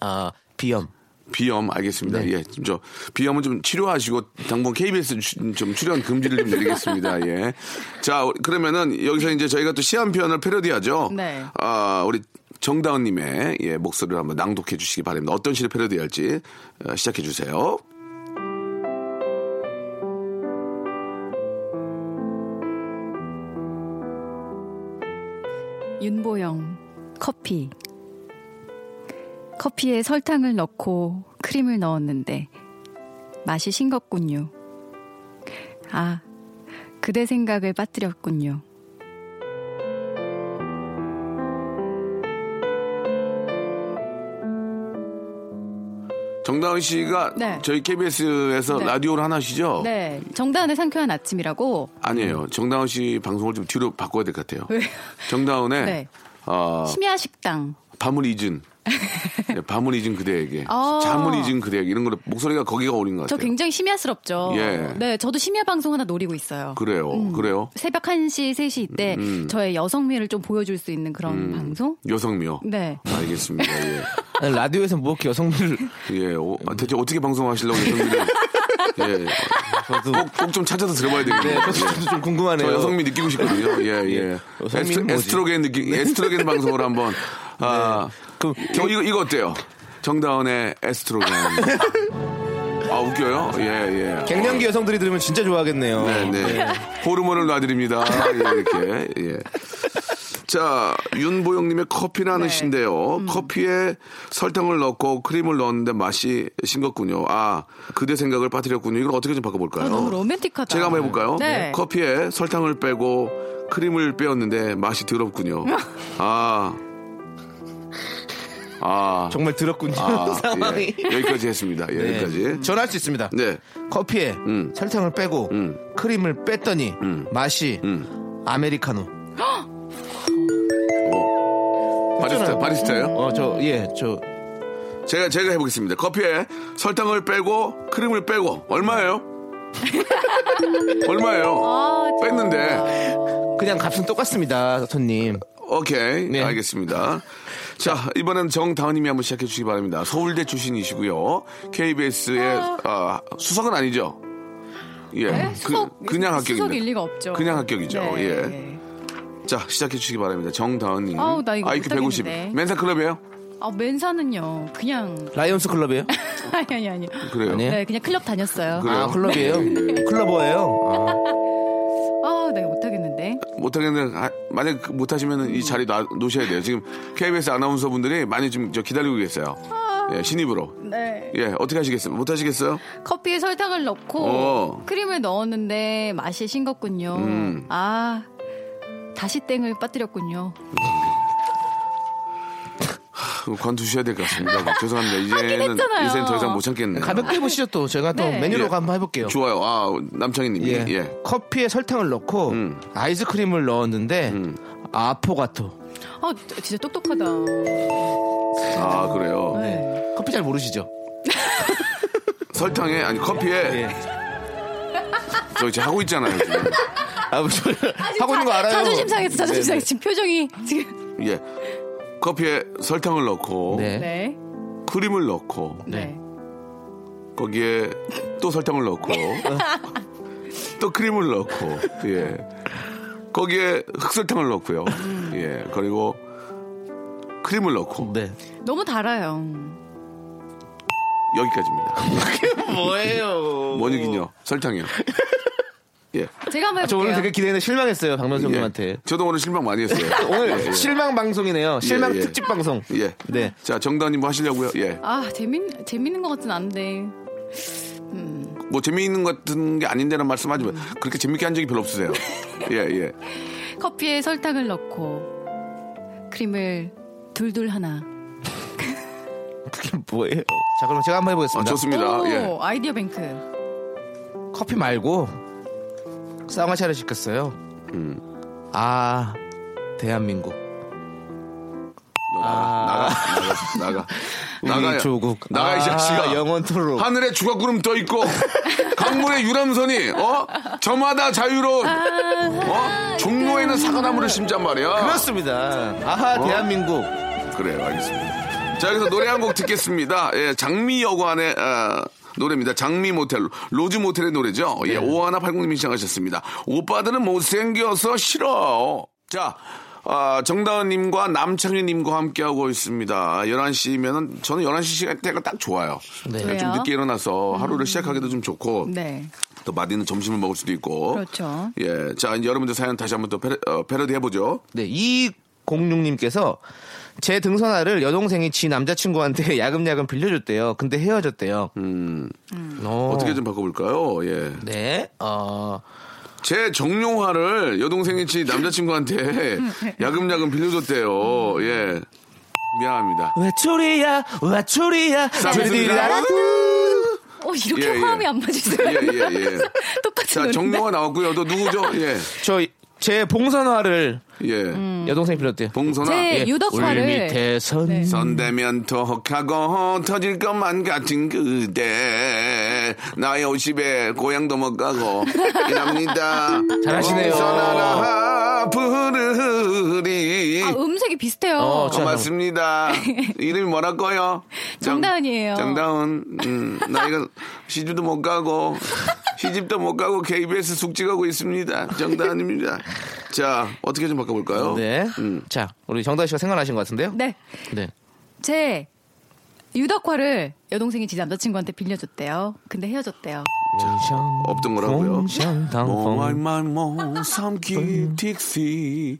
Speaker 1: 아, 비염.
Speaker 2: 비염, 알겠습니다.
Speaker 4: 네.
Speaker 2: 예. 지금 저, 비염은 좀 치료하시고, 당분 KBS 추- 좀 출연 금지를 좀 드리겠습니다. 예. 자, 우리- 그러면은 여기서 이제 저희가 또 시한편을 패러디하죠.
Speaker 4: 네.
Speaker 2: 아, 우리 정다은님의 예, 목소리를 한번 낭독해 주시기 바랍니다. 어떤 시를 패러디할지 어, 시작해 주세요.
Speaker 4: 윤보영, 커피. 커피에 설탕을 넣고 크림을 넣었는데 맛이 싱겁군요. 아, 그대 생각을 빠뜨렸군요.
Speaker 2: 정다은 씨가
Speaker 4: 네.
Speaker 2: 저희 KBS에서
Speaker 4: 네.
Speaker 2: 라디오를 하나 하시죠?
Speaker 4: 네, 정다은의 상쾌한 아침이라고.
Speaker 2: 아니에요. 정다은 씨 방송을 좀 뒤로 바꿔야 될 것 같아요.
Speaker 4: 왜요?
Speaker 2: 정다은의
Speaker 4: 네.
Speaker 2: 어,
Speaker 4: 심야 식당.
Speaker 2: 밤을 잊은. 예, 밤을 잊은 그대에게.
Speaker 4: 어.
Speaker 2: 잠을 잊은 그대에게. 이런 거를 목소리가 거기가 어린 것
Speaker 4: 저
Speaker 2: 같아요.
Speaker 4: 굉장히 심야스럽죠.
Speaker 2: 예.
Speaker 4: 네, 저도 심야 방송 하나 노리고 있어요.
Speaker 2: 그래요.
Speaker 4: 음.
Speaker 2: 그래요.
Speaker 4: 새벽 1시, 3시 이때
Speaker 2: 음,
Speaker 4: 저의 여성미를 좀 보여줄 수 있는 그런 방송?
Speaker 2: 여성미요.
Speaker 4: 네.
Speaker 2: 알겠습니다. 예.
Speaker 1: 아니, 라디오에서 뭐 이렇게 여성미를
Speaker 2: 예. 어, 아, 대체 어떻게 방송하시려고 여성미를. 예.
Speaker 1: 저도
Speaker 2: 꼭 좀 찾아서 들어봐야
Speaker 1: 네,
Speaker 2: 되겠네요. 예.
Speaker 1: 저도 좀 궁금하네요. 네.
Speaker 2: 저 여성미 느끼고 싶거든요. 예, 예.
Speaker 1: 여성미는
Speaker 2: 에스트-
Speaker 1: 뭐지? 네.
Speaker 2: 에스트로겐 느끼, 에스트로겐 방송으로 한번. 아,
Speaker 1: 그럼
Speaker 2: 저 이거, 이거 어때요? 정다운의 에스트로겐. 아, 웃겨요? 예, 예.
Speaker 1: 갱년기 여성들이 들으면 진짜 좋아하겠네요.
Speaker 2: 네, 네. 호르몬을 놔드립니다. 예, 이렇게. 예. 자, 윤보영님의 커피라는
Speaker 4: 네.
Speaker 2: 신데요. 음. 커피에 설탕을 넣고 크림을 넣었는데 맛이 싱겁군요. 아, 그대 생각을 빠뜨렸군요. 이걸 어떻게 좀 바꿔볼까요?
Speaker 4: 아, 너무 로맨틱하다.
Speaker 2: 제가 한번 해볼까요?
Speaker 4: 네.
Speaker 2: 커피에 설탕을 빼고 크림을 빼었는데 맛이 더럽군요. 아. 아.
Speaker 1: 정말 더럽군요.
Speaker 2: 아,
Speaker 1: 상황이.
Speaker 2: 예. 여기까지 했습니다. 예,
Speaker 1: 네.
Speaker 2: 여기까지.
Speaker 1: 전할 수 있습니다.
Speaker 2: 네.
Speaker 1: 커피에
Speaker 2: 음.
Speaker 1: 설탕을 빼고
Speaker 2: 음.
Speaker 1: 크림을 뺐더니
Speaker 2: 음.
Speaker 1: 맛이
Speaker 2: 음.
Speaker 1: 아메리카노.
Speaker 2: 바리스타,
Speaker 1: 했잖아요.
Speaker 2: 바리스타예요?
Speaker 1: 어, 저, 예, 저,
Speaker 2: 제가 제가 해보겠습니다. 커피에 설탕을 빼고 크림을 빼고 얼마예요?
Speaker 4: 아,
Speaker 2: 얼마예요? 뺐는데
Speaker 1: 그냥 값은 똑같습니다, 손님.
Speaker 2: 오케이
Speaker 1: 네.
Speaker 2: 알겠습니다. 자 이번엔 정다은님이 한번 시작해 주시기 바랍니다. 서울대 출신이시고요. KBS의 아, 수석은 아니죠? 예,
Speaker 4: 아. 네? 수석,
Speaker 2: 그, 냥 합격입니다.
Speaker 4: 수석일 리가 없죠.
Speaker 2: 그냥 합격이죠.
Speaker 4: 네.
Speaker 2: 예. 자 시작해 주시기 바랍니다. 정다은님.
Speaker 4: 아우, 나 이거
Speaker 2: IQ 150.
Speaker 4: 못하겠는데.
Speaker 2: 맨사클럽이에요?
Speaker 4: 아, 맨사는요. 그냥
Speaker 1: 라이온스 클럽이에요?
Speaker 4: 아니 아니 아니.
Speaker 2: 그래요.
Speaker 1: 아니에요?
Speaker 4: 네, 그냥 클럽 다녔어요.
Speaker 2: 그래요?
Speaker 1: 아, 클럽이에요? 클럽어예요?
Speaker 4: 아, 나 이거 못 하겠는데.
Speaker 2: 못하겠는데 아, 만약 못하시면 이 자리 놔, 놓으셔야 돼요. 지금 KBS 아나운서 분들이 많이 지금 저 기다리고 계세요. 예, 신입으로.
Speaker 4: 네.
Speaker 2: 예, 어떻게 하시겠어요? 못하시겠어요?
Speaker 4: 커피에 설탕을 넣고
Speaker 2: 어.
Speaker 4: 크림을 넣었는데 맛이 싱겁군요.
Speaker 2: 음.
Speaker 4: 아. 다시 땡을 빠뜨렸군요.
Speaker 2: 그거 관두셔야 될 것 같습니다. 죄송합니다. 이제는
Speaker 4: 했잖아요.
Speaker 2: 이제는 더 이상 못 참겠네요.
Speaker 1: 아, 가볍게 해보시죠, 또. 제가 또
Speaker 4: 네.
Speaker 1: 메뉴로
Speaker 2: 예.
Speaker 1: 한번 해볼게요.
Speaker 2: 좋아요. 아, 남창희님.
Speaker 1: 예.
Speaker 2: 예. 예.
Speaker 1: 커피에 설탕을 넣고
Speaker 2: 음.
Speaker 1: 아이스크림을 넣었는데 아포가토.
Speaker 4: 아, 진짜 똑똑하다.
Speaker 2: 어, 아, 그래요.
Speaker 4: 네.
Speaker 1: 예. 커피 잘 모르시죠?
Speaker 2: 설탕에 아니 커피에
Speaker 1: 예.
Speaker 2: 저 이제 하고 있잖아요. 지금.
Speaker 1: 아, 뭐 저- 하고 있는 거
Speaker 4: 자-
Speaker 1: 알아요.
Speaker 4: 자존심 상했어, 자존심
Speaker 1: 네,
Speaker 4: 상했어. 지금 표정이 지금.
Speaker 2: 예. 커피에 설탕을 넣고
Speaker 1: 네. 네.
Speaker 4: 네.
Speaker 2: 크림을 넣고
Speaker 4: 네.
Speaker 2: 거기에 또 설탕을 넣고 또 크림을 넣고 예 거기에 흑설탕을 넣고요 예 그리고 크림을 넣고
Speaker 1: 네.
Speaker 4: 너무 달아요.
Speaker 2: 여기까지입니다
Speaker 1: 뭐예요?
Speaker 2: 원유긴요 설탕이요 예,
Speaker 4: 제가 한번 해볼게요.
Speaker 1: 저 오늘 되게 기대했는데 실망했어요,
Speaker 2: 예.
Speaker 1: 박명수님한테.
Speaker 2: 저도 오늘 실망 많이 했어요
Speaker 1: 오늘
Speaker 2: 예, 예.
Speaker 1: 실망 방송이네요. 실망
Speaker 2: 예, 예.
Speaker 1: 특집 방송.
Speaker 2: 예.
Speaker 1: 네.
Speaker 2: 자 정다운님 뭐 하시려고요 예뭐
Speaker 4: 아, 재밌, 재밌는 것 같진 않은데.
Speaker 2: 뭐 재미있는 것 같은 게 아닌데는 말씀하지 마 그렇게 재밌게 한 적이 별로 없으세요 예예
Speaker 4: 커피에 설탕을 넣고, 크림을 둘둘 하나.
Speaker 1: 그게 뭐예요? 자, 그럼 제가
Speaker 2: 아,
Speaker 1: 한번 해보겠습니다.
Speaker 2: 좋습니다
Speaker 4: 오,
Speaker 2: 예
Speaker 4: 아이디어 뱅크.
Speaker 1: 커피 말고 쌍화차를 시켰어요. 아, 대한민국.
Speaker 2: 나가 나가 나가 나가
Speaker 1: 우리 아. 조국.
Speaker 2: 나가 이
Speaker 1: 아,
Speaker 2: 자식아
Speaker 1: 영원토록.
Speaker 2: 하늘에 주각구름 떠 있고 강물에 유람선이 어 저마다 자유로운 어 종로에는 사과나무를 심잔 말이야
Speaker 1: 그렇습니다. 아하, 대한민국.
Speaker 2: 그래요 알겠습니다 자 여기서 노래 한 곡 듣겠습니다 예 장미 여관의 아, 노래입니다. 장미 모텔, 로즈 모텔의 노래죠.
Speaker 1: 네.
Speaker 2: 예, 오하나 팔공님이 시작하셨습니다. 오빠들은 못생겨서 싫어. 자, 아, 정다은님과 남창희님과 함께하고 있니다 11시면은, 저는 11시 시간대가 딱 좋아요.
Speaker 4: 왜요? 음.
Speaker 2: 좀 늦게 일어나서 하루를 시작하기도 좀 좋고
Speaker 4: 네.
Speaker 2: 또 맛있는 점심을 먹을 수도 있고
Speaker 4: 그렇죠.
Speaker 2: 예, 자 이제 여러분들 사연 다시 한번 또 패러, 디 해보죠.
Speaker 1: 네, 206님께서 제 등선화를 여동생이 지 남자친구한테 야금야금 빌려줬대요. 근데 헤어졌대요. 어.
Speaker 2: 어떻게 좀 바꿔볼까요? 예,
Speaker 1: 네, 어,
Speaker 2: 제 정용화를 여동생이
Speaker 4: 음.
Speaker 2: 지 남자친구한테
Speaker 4: 네.
Speaker 2: 야금야금
Speaker 4: 음.
Speaker 2: 빌려줬대요. 예, 미안합니다.
Speaker 1: 외출이야, 외출이야,
Speaker 2: 싸움의
Speaker 1: 들리라.
Speaker 4: 어, 이렇게
Speaker 2: 예, 예.
Speaker 4: 화음이 안 맞으세요?
Speaker 2: 예, 예, 예.
Speaker 4: 똑같은
Speaker 2: 자
Speaker 4: 노래.
Speaker 2: 정용화 나왔고요. 또 누구죠? 예,
Speaker 1: 저 제 봉선화를
Speaker 2: 예.
Speaker 1: 여동생이 빌렸대요.
Speaker 2: 봉선아.
Speaker 4: 음. 제
Speaker 1: 음. 예,
Speaker 4: 유덕화를. 네.
Speaker 1: 울 밑에선
Speaker 2: 선대면 턱하고 터질 것만 같은 그대 나의 50에 고향도 못 가고 이랍니다
Speaker 1: 잘하시네요.
Speaker 2: 봉선아라 부르리
Speaker 4: 아, 음색이 비슷해요.
Speaker 1: 어, 저-
Speaker 2: 고맙습니다. 이름이 뭐라고요? 정-
Speaker 4: 정다은이에요.
Speaker 2: 정다은. 음, 나이가 시주도 못 가고 시집도 못 가고 KBS 숙직하고 있습니다. 정다은입니다. 자 어떻게 좀 바꿔볼까요?
Speaker 1: 네.
Speaker 2: 음.
Speaker 1: 자, 우리 정다은 씨가 생각나신 것 같은데요?
Speaker 4: 네.
Speaker 1: 네.
Speaker 4: 제 유덕화를 여동생이 지 남자친구한테 빌려줬대요. 근데 헤어졌대요.
Speaker 2: 없던 거라고요?
Speaker 1: 봉선당봉.
Speaker 2: 모와이마이모 삼키 틱시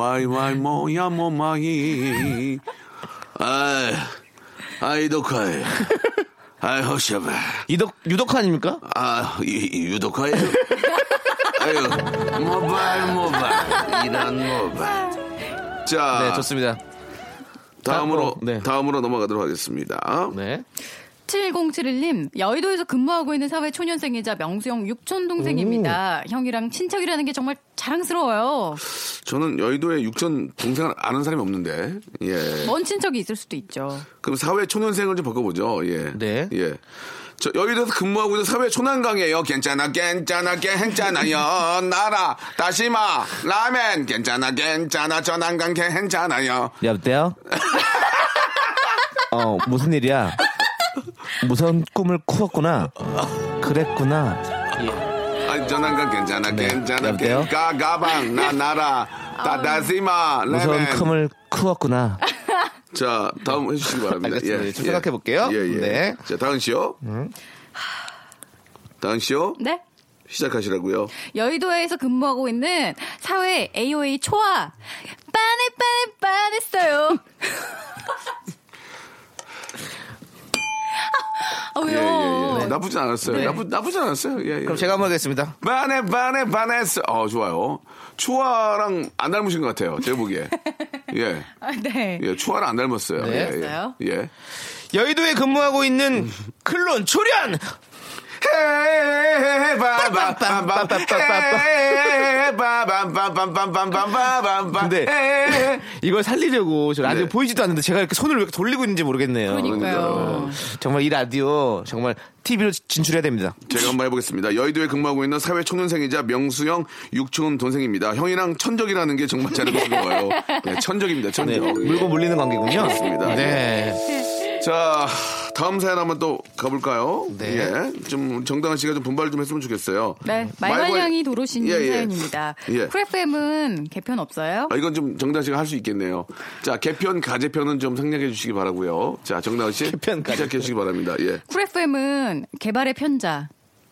Speaker 2: 모와이마이모야 모마이 아이 아이도카이 아이 허샤바
Speaker 1: 이덕 유덕 아닙니까?
Speaker 2: 아, 이, 이 유독하여. 아유, 모발, 모발. 이런 모발. 자,
Speaker 1: 네, 좋습니다.
Speaker 2: 다음으로,
Speaker 1: 다음으로, 네.
Speaker 2: 다음으로 넘어가도록 하겠습니다.
Speaker 1: 네.
Speaker 4: 7071님, 여의도에서 근무하고 있는 사회 초년생이자 명수형 육촌 동생입니다. 형이랑 친척이라는 게 정말 자랑스러워요.
Speaker 2: 저는 여의도에 육천 동생을 아는 사람이 없는데, 예.
Speaker 4: 먼 친척이 있을 수도 있죠.
Speaker 2: 그럼 사회 초년생을 좀 바꿔보죠, 예.
Speaker 1: 네.
Speaker 2: 예. 저 여의도에서 근무하고 있는 사회 초난강이에요. 괜찮아, 괜찮아, 괜찮아요. 나라, 다시마, 라멘, 괜찮아, 괜찮아, 저난강 괜찮아요.
Speaker 1: 여보세요? 어, 무슨 일이야? 무슨 꿈을 꾸었구나. 그랬구나.
Speaker 2: 아니 전환가 괜찮아
Speaker 1: 네.
Speaker 2: 괜찮아
Speaker 1: 여보세요?
Speaker 2: 가 가방 나 나라 다다시마
Speaker 1: 아, 무서운
Speaker 2: 레멘
Speaker 1: 꿈을 꾸었구나.
Speaker 2: 자 다음 해주시기 바랍니다
Speaker 1: 알겠습니다. 좀 생각해볼게요.
Speaker 2: 예, 예.
Speaker 1: 네. 음.
Speaker 2: 자 다은 씨요 다은 씨요
Speaker 4: 네?
Speaker 2: 시작하시라고요
Speaker 4: 여의도에서 근무하고 있는 사회 AOA 초아. 빠네, 빠네, 빠냈어요. 아,
Speaker 2: 예예예 네.
Speaker 4: 왜요?
Speaker 2: 나쁘지 않았어요 나쁘 나쁘지 않았어요 예, 예.
Speaker 1: 네. 그럼 제가 한번 하겠습니다.
Speaker 2: 반에 반에 반했어 어 좋아요 초아랑 안 닮으신 것 같아요 제가 보기에 예
Speaker 4: 아, 네.
Speaker 2: 예, 초아랑 안 닮았어요.
Speaker 1: 네.
Speaker 2: 예,
Speaker 4: 닮았어요?
Speaker 2: 예. 예.
Speaker 1: 여의도에 근무하고 있는 클론 초련 근데 이걸 살리려고 저 라디오
Speaker 2: 네.
Speaker 1: 보이지도 않는데 제가 이렇게 손을 왜 이렇게 돌리고 있는지 모르겠네요.
Speaker 4: 그러니까요.
Speaker 1: 정말 이 라디오 정말 TV로 진출해야 됩니다.
Speaker 2: 제가 한번 해보겠습니다. 여의도에 근무하고 있는 사회 초년생이자 명수형 육촌 동생입니다. 형이랑 천적이라는 게 정말 잘 어울려요. 네, 천적입니다.
Speaker 1: 네,
Speaker 2: 천적. 예.
Speaker 1: 물고 물리는 관계군요.
Speaker 2: 그렇습니다.
Speaker 1: 네.
Speaker 2: 자, 다음 사연 한번 또 가볼까요?
Speaker 1: 네.
Speaker 2: 예. 좀 정당한 씨가 좀 분발 좀 했으면 좋겠어요.
Speaker 4: 네,
Speaker 2: 말과-
Speaker 4: 말괄량이 도로시님
Speaker 2: 예, 예.
Speaker 4: 사연입니다.
Speaker 2: 예.
Speaker 4: 프레프엠은 개편 없어요?
Speaker 2: 아, 이건 좀 정다은 씨가 할 수 있겠네요. 자, 개편, 가재편은 좀 생략해 주시기 바라고요 자, 정다은 씨.
Speaker 1: 개편, 가재편. 네.
Speaker 2: 시작해 주시기 바랍니다. 예.
Speaker 4: 프레프엠은 개발의 편자.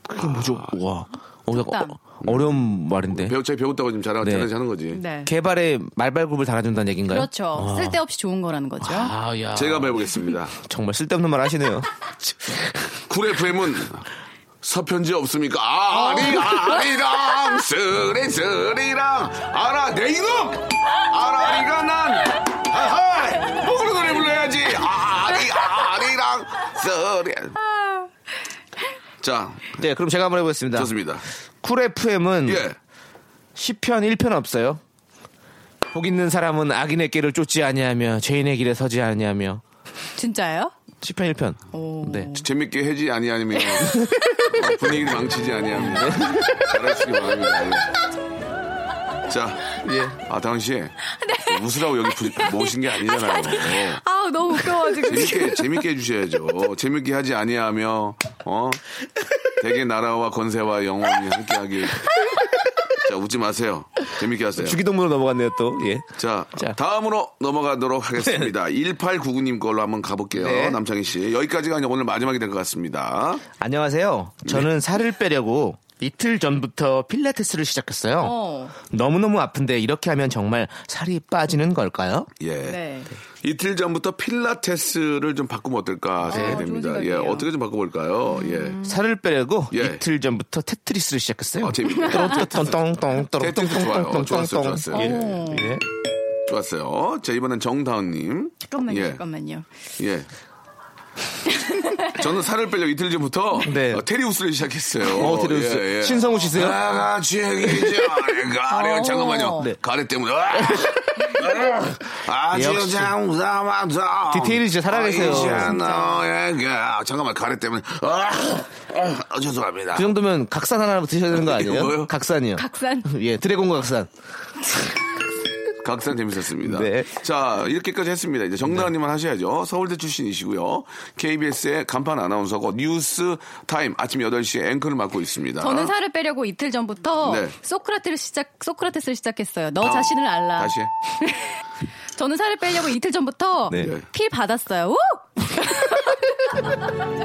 Speaker 1: 그게 뭐죠? 와. 어,
Speaker 4: 속담.
Speaker 1: 어, 려운 말인데.
Speaker 2: 배우 차이 배웠다고 지금 잘하,
Speaker 1: 네.
Speaker 2: 잘하지 하는 거지.
Speaker 4: 네.
Speaker 1: 개발에 말발굽을 달아준다는 얘기인가요?
Speaker 4: 그렇죠. 쓸데없이 좋은 거라는 거죠.
Speaker 1: 아, 야.
Speaker 2: 제가 한번 해보겠습니다.
Speaker 1: 정말 쓸데없는 말 하시네요.
Speaker 2: 쿨 FM은 서편지 없습니까? 아리 아리랑 쓰리 쓰리랑 아라 내 이놈 아라리가 난 하하 목으로 노래 불러야지 아리 아리랑 쓰리 자
Speaker 1: 네, 그럼 제가 한번 해보겠습니다.
Speaker 2: 좋습니다
Speaker 1: 쿨 FM은
Speaker 2: 예
Speaker 1: 10편 1편 없어요. 복 있는 사람은 악인의 길을 쫓지 아니하며 죄인의 길에 서지 아니하며
Speaker 4: 진짜예요?
Speaker 1: 10편 1편. 네.
Speaker 2: 재밌게 해지 아니 아니면 아, 분위기를 망치지 아니 하면 잘하시기 바랍니다 예. 자, 예. 아, 당시 웃으라고 여기 부- 모신 게 아니잖아요.
Speaker 4: 아 너무 웃겨가지고.
Speaker 2: 재밌게 재밌게 해주셔야죠. 재밌게 하지 아니하며 어 대개 나라와 건세와 영원히 함께하길. 자 웃지 마세요. 재밌게 하세요.
Speaker 1: 주기동문으로 넘어갔네요 또. 예.
Speaker 2: 자, 네.
Speaker 1: 자.
Speaker 2: 다음으로 넘어가도록 하겠습니다. 1899님 걸로 한번 가볼게요.
Speaker 1: 네.
Speaker 2: 남창희 씨 여기까지가 이제 오늘 마지막이 될 것 같습니다.
Speaker 1: 안녕하세요.
Speaker 2: 네.
Speaker 1: 저는 살을 빼려고 이틀 전부터 필라테스를 시작했어요.
Speaker 4: 어.
Speaker 1: 너무너무 아픈데 이렇게 하면 정말 살이 빠지는 걸까요?
Speaker 2: 예.
Speaker 4: 네.
Speaker 2: 이틀 전부터 필라테스를 좀 바꾸면 어떨까 생각이
Speaker 4: 어, 좋은
Speaker 2: 됩니다. 예,
Speaker 4: 생각이에요. 음.
Speaker 2: 어떻게 좀 바꿔볼까요? 예.
Speaker 1: 살을 빼려고
Speaker 2: 예.
Speaker 1: 이틀 전부터 테트리스를 시작했어요.
Speaker 2: 아, 재밌네.
Speaker 1: 똥똥똥똥
Speaker 2: 테트리스 좋아요.
Speaker 1: 똥똥똥똥
Speaker 2: 좋았어요, 좋았어요.
Speaker 1: 예. 예.
Speaker 2: 좋았어요. 자 이번엔 정다은님.
Speaker 4: 잠깐만요,
Speaker 2: 예.
Speaker 4: 잠깐만요.
Speaker 2: 예. 저는 살을 빼려 이틀 전부터
Speaker 1: 네.
Speaker 2: 어, 테리우스를 시작했어요. 예,
Speaker 1: 어, 테리우스. 신성우 씨세요?
Speaker 2: 아, 죄기지 가래
Speaker 4: 어.
Speaker 2: 잠깐만요.
Speaker 1: 네.
Speaker 2: 가래 때문에. 아,
Speaker 1: 역시.
Speaker 2: 지장사마다
Speaker 1: 디테일이 진짜 살아계세요.
Speaker 2: 너에게 잠깐만 가래 때문에. 아, 아, 죄송합니다.
Speaker 1: 그 정도면 각산 하나 드셔야 되는 거
Speaker 2: 이거 뭐예요?
Speaker 1: 아니에요? 각산이요.
Speaker 4: 각산.
Speaker 1: 예, 드래곤과 각산.
Speaker 2: 각산 재밌었습니다.
Speaker 1: 네.
Speaker 2: 자, 이렇게까지 했습니다. 이제 정다은님만 하셔야죠. 서울대 출신이시고요. KBS의 간판 아나운서고 뉴스 타임 아침 8시에 앵커를 맡고 있습니다.
Speaker 4: 저는 살을 빼려고 이틀 전부터
Speaker 2: 아. 네.
Speaker 4: 소크라테를 시작 소크라테스를 시작했어요. 너 자신을 알라.
Speaker 2: 아, 다시 해.
Speaker 4: 저는 살을 빼려고 이틀 전부터
Speaker 2: 네.
Speaker 4: 필 받았어요. 우!
Speaker 1: 필요 어때요?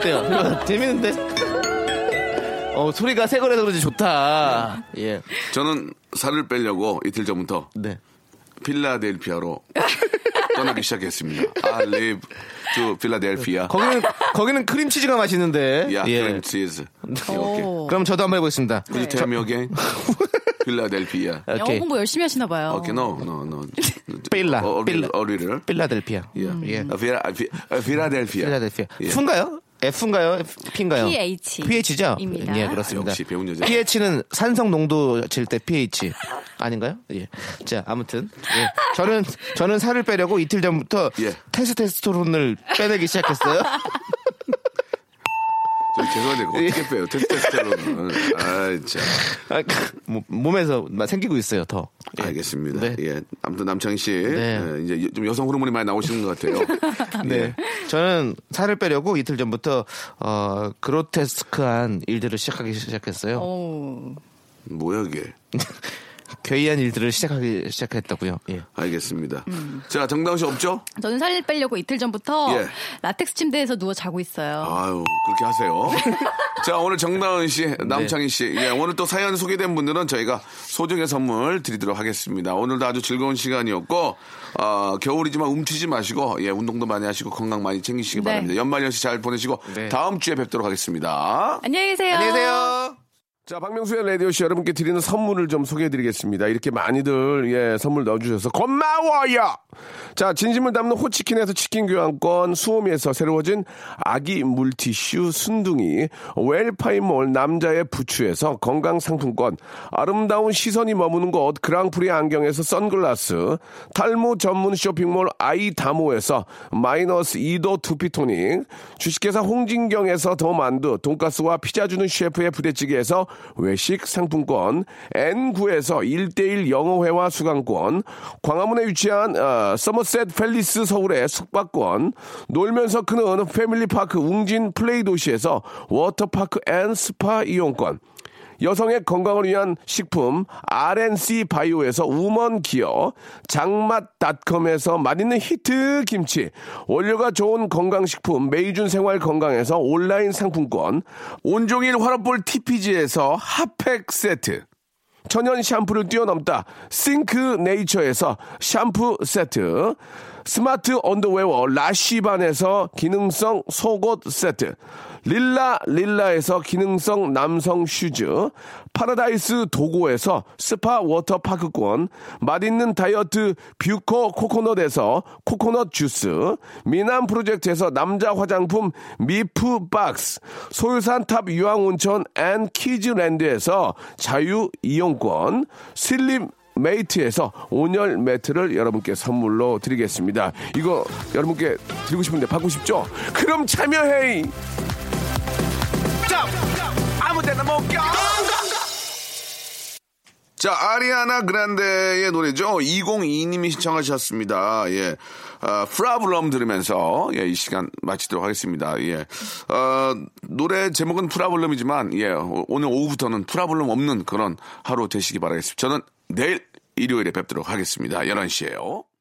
Speaker 1: 필요 어때요? 재밌는데? 어, 소리가 새 거라서 그런지 좋다.
Speaker 2: 네.
Speaker 1: 예.
Speaker 2: 저는 살을 빼려고 이틀 전부터
Speaker 1: 네.
Speaker 2: 필라델피아로 떠나기 시작했습니다. I live to Philadelphia.
Speaker 1: 거기는, 거기는 크림치즈가 맛있는데.
Speaker 2: Yeah,
Speaker 1: 예.
Speaker 2: cream
Speaker 1: 어.
Speaker 2: cheese.
Speaker 4: 오.
Speaker 2: 오케이. 그러니까
Speaker 1: 그럼 저도 한번 해보겠습니다.
Speaker 2: Could you tell me again? 필라델피아.
Speaker 4: 영어
Speaker 1: 오케이.
Speaker 4: 공부 열심히 하시나 봐요.
Speaker 2: 오케이, no, no, no.
Speaker 1: 필라,
Speaker 2: 어, 어리를.
Speaker 1: 필라.
Speaker 2: 어리를.
Speaker 1: 필라델피아.
Speaker 2: 예.
Speaker 1: 예.
Speaker 2: 아, 필라, 아, 피- 아, 필라델피아.
Speaker 1: 필라델피아.
Speaker 2: 예.
Speaker 1: F인가요? F인가요? P인가요?
Speaker 4: PH.
Speaker 1: PH죠?
Speaker 4: 입니다.
Speaker 1: 예, 그렇습니다.
Speaker 2: 역시 배운 여자.
Speaker 1: pH는 산성 농도 질 때 pH. 아닌가요? 예. 자, 아무튼. 예. 저는, 저는 살을 빼려고 이틀 전부터
Speaker 2: 예.
Speaker 1: 테스테스토론을 빼내기 시작했어요.
Speaker 2: 저 죄송한데 그거 어떻게 빼요? 테스테스테론. 아, 참.
Speaker 1: 아, 몸- 몸에서 막 생기고 있어요, 더. 예.
Speaker 2: 알겠습니다.
Speaker 1: 네.
Speaker 2: 예. 아무튼 남창희 씨
Speaker 1: 네.
Speaker 2: 예, 이제 여- 좀 여성 호르몬이 많이 나오시는 것 같아요.
Speaker 1: 네. 저는 살을 빼려고 이틀 전부터 어, 그로테스크한 일들을 시작하기 시작했어요.
Speaker 4: 오.
Speaker 2: 뭐야 이게?
Speaker 1: 괴이한 일들을 시작하기 시작했다고요. 예.
Speaker 2: 알겠습니다. 자, 정다운 씨 없죠?
Speaker 4: 저는 살을 빼려고 이틀 전부터
Speaker 2: 예.
Speaker 4: 라텍스 침대에서 누워 자고 있어요.
Speaker 2: 아유, 그렇게 하세요. 자, 오늘 정다은 씨, 남창희 씨. 예, 오늘 또 사연 소개된 분들은 저희가 소정의 선물 드리도록 하겠습니다. 오늘도 아주 즐거운 시간이었고, 어, 겨울이지만 움츠지 마시고, 예, 운동도 많이 하시고, 건강 많이 챙기시기
Speaker 4: 네.
Speaker 2: 바랍니다. 연말연시 잘 보내시고,
Speaker 1: 네.
Speaker 2: 다음 주에 뵙도록 하겠습니다.
Speaker 4: 안녕히 계세요. 안녕히
Speaker 1: 안녕하세요.
Speaker 7: 자, 박명수의 라디오씨 여러분께 드리는 선물을 좀 소개해 드리겠습니다. 이렇게 많이들, 예, 선물 넣어주셔서 고마워요! 자, 진심을 담는 호치킨에서 치킨 교환권, 수오미에서 새로워진 아기 물티슈 순둥이, 웰파이몰 남자의 부추에서 건강 상품권, 아름다운 시선이 머무는 곳 그랑프리 안경에서 선글라스, 탈모 전문 쇼핑몰 아이다모에서 마이너스 2도 두피토닉, 주식회사 홍진경에서 더 만두, 돈가스와 피자 주는 셰프의 부대찌개에서 외식 상품권, N9에서 1대1 영어회화 수강권, 광화문에 위치한 어, 서머셋 팰리스 서울의 숙박권, 놀면서 크는 패밀리파크 웅진 플레이 도시에서 워터파크 앤 스파 이용권, 여성의 건강을 위한 식품 RNC 바이오에서 우먼 기어, 장맛닷컴에서 맛있는 히트 김치, 원료가 좋은 건강식품 메이준 생활 건강에서 온라인 상품권, 온종일 화롯볼 TPG에서 핫팩 세트. 천연 샴푸를 뛰어넘다 싱크 네이처에서 샴푸 세트 스마트 언더웨어 라쉬반에서 기능성 속옷 세트 릴라 릴라에서 기능성 남성 슈즈 파라다이스 도고에서 스파 워터파크권 맛있는 다이어트 뷰코 코코넛에서 코코넛 주스 미남 프로젝트에서 남자 화장품 미프 박스 소유산탑 유황온천 앤 키즈랜드에서 자유 이용권 슬림 메이트에서 온열 매트를 여러분께 선물로 드리겠습니다. 이거 여러분께 드리고 싶은데 받고 싶죠? 그럼 참여해!
Speaker 2: 자, 아리아나 그란데의 노래죠. 202님이 신청하셨습니다. 예. 아, 프라블럼 들으면서, 예, 이 시간 마치도록 하겠습니다. 예. 어, 노래 제목은 프라블럼이지만, 예, 오- 오늘 오후부터는 프라블럼 없는 그런 하루 되시기 바라겠습니다. 저는 내일 일요일에 뵙도록 하겠습니다. 11시에요.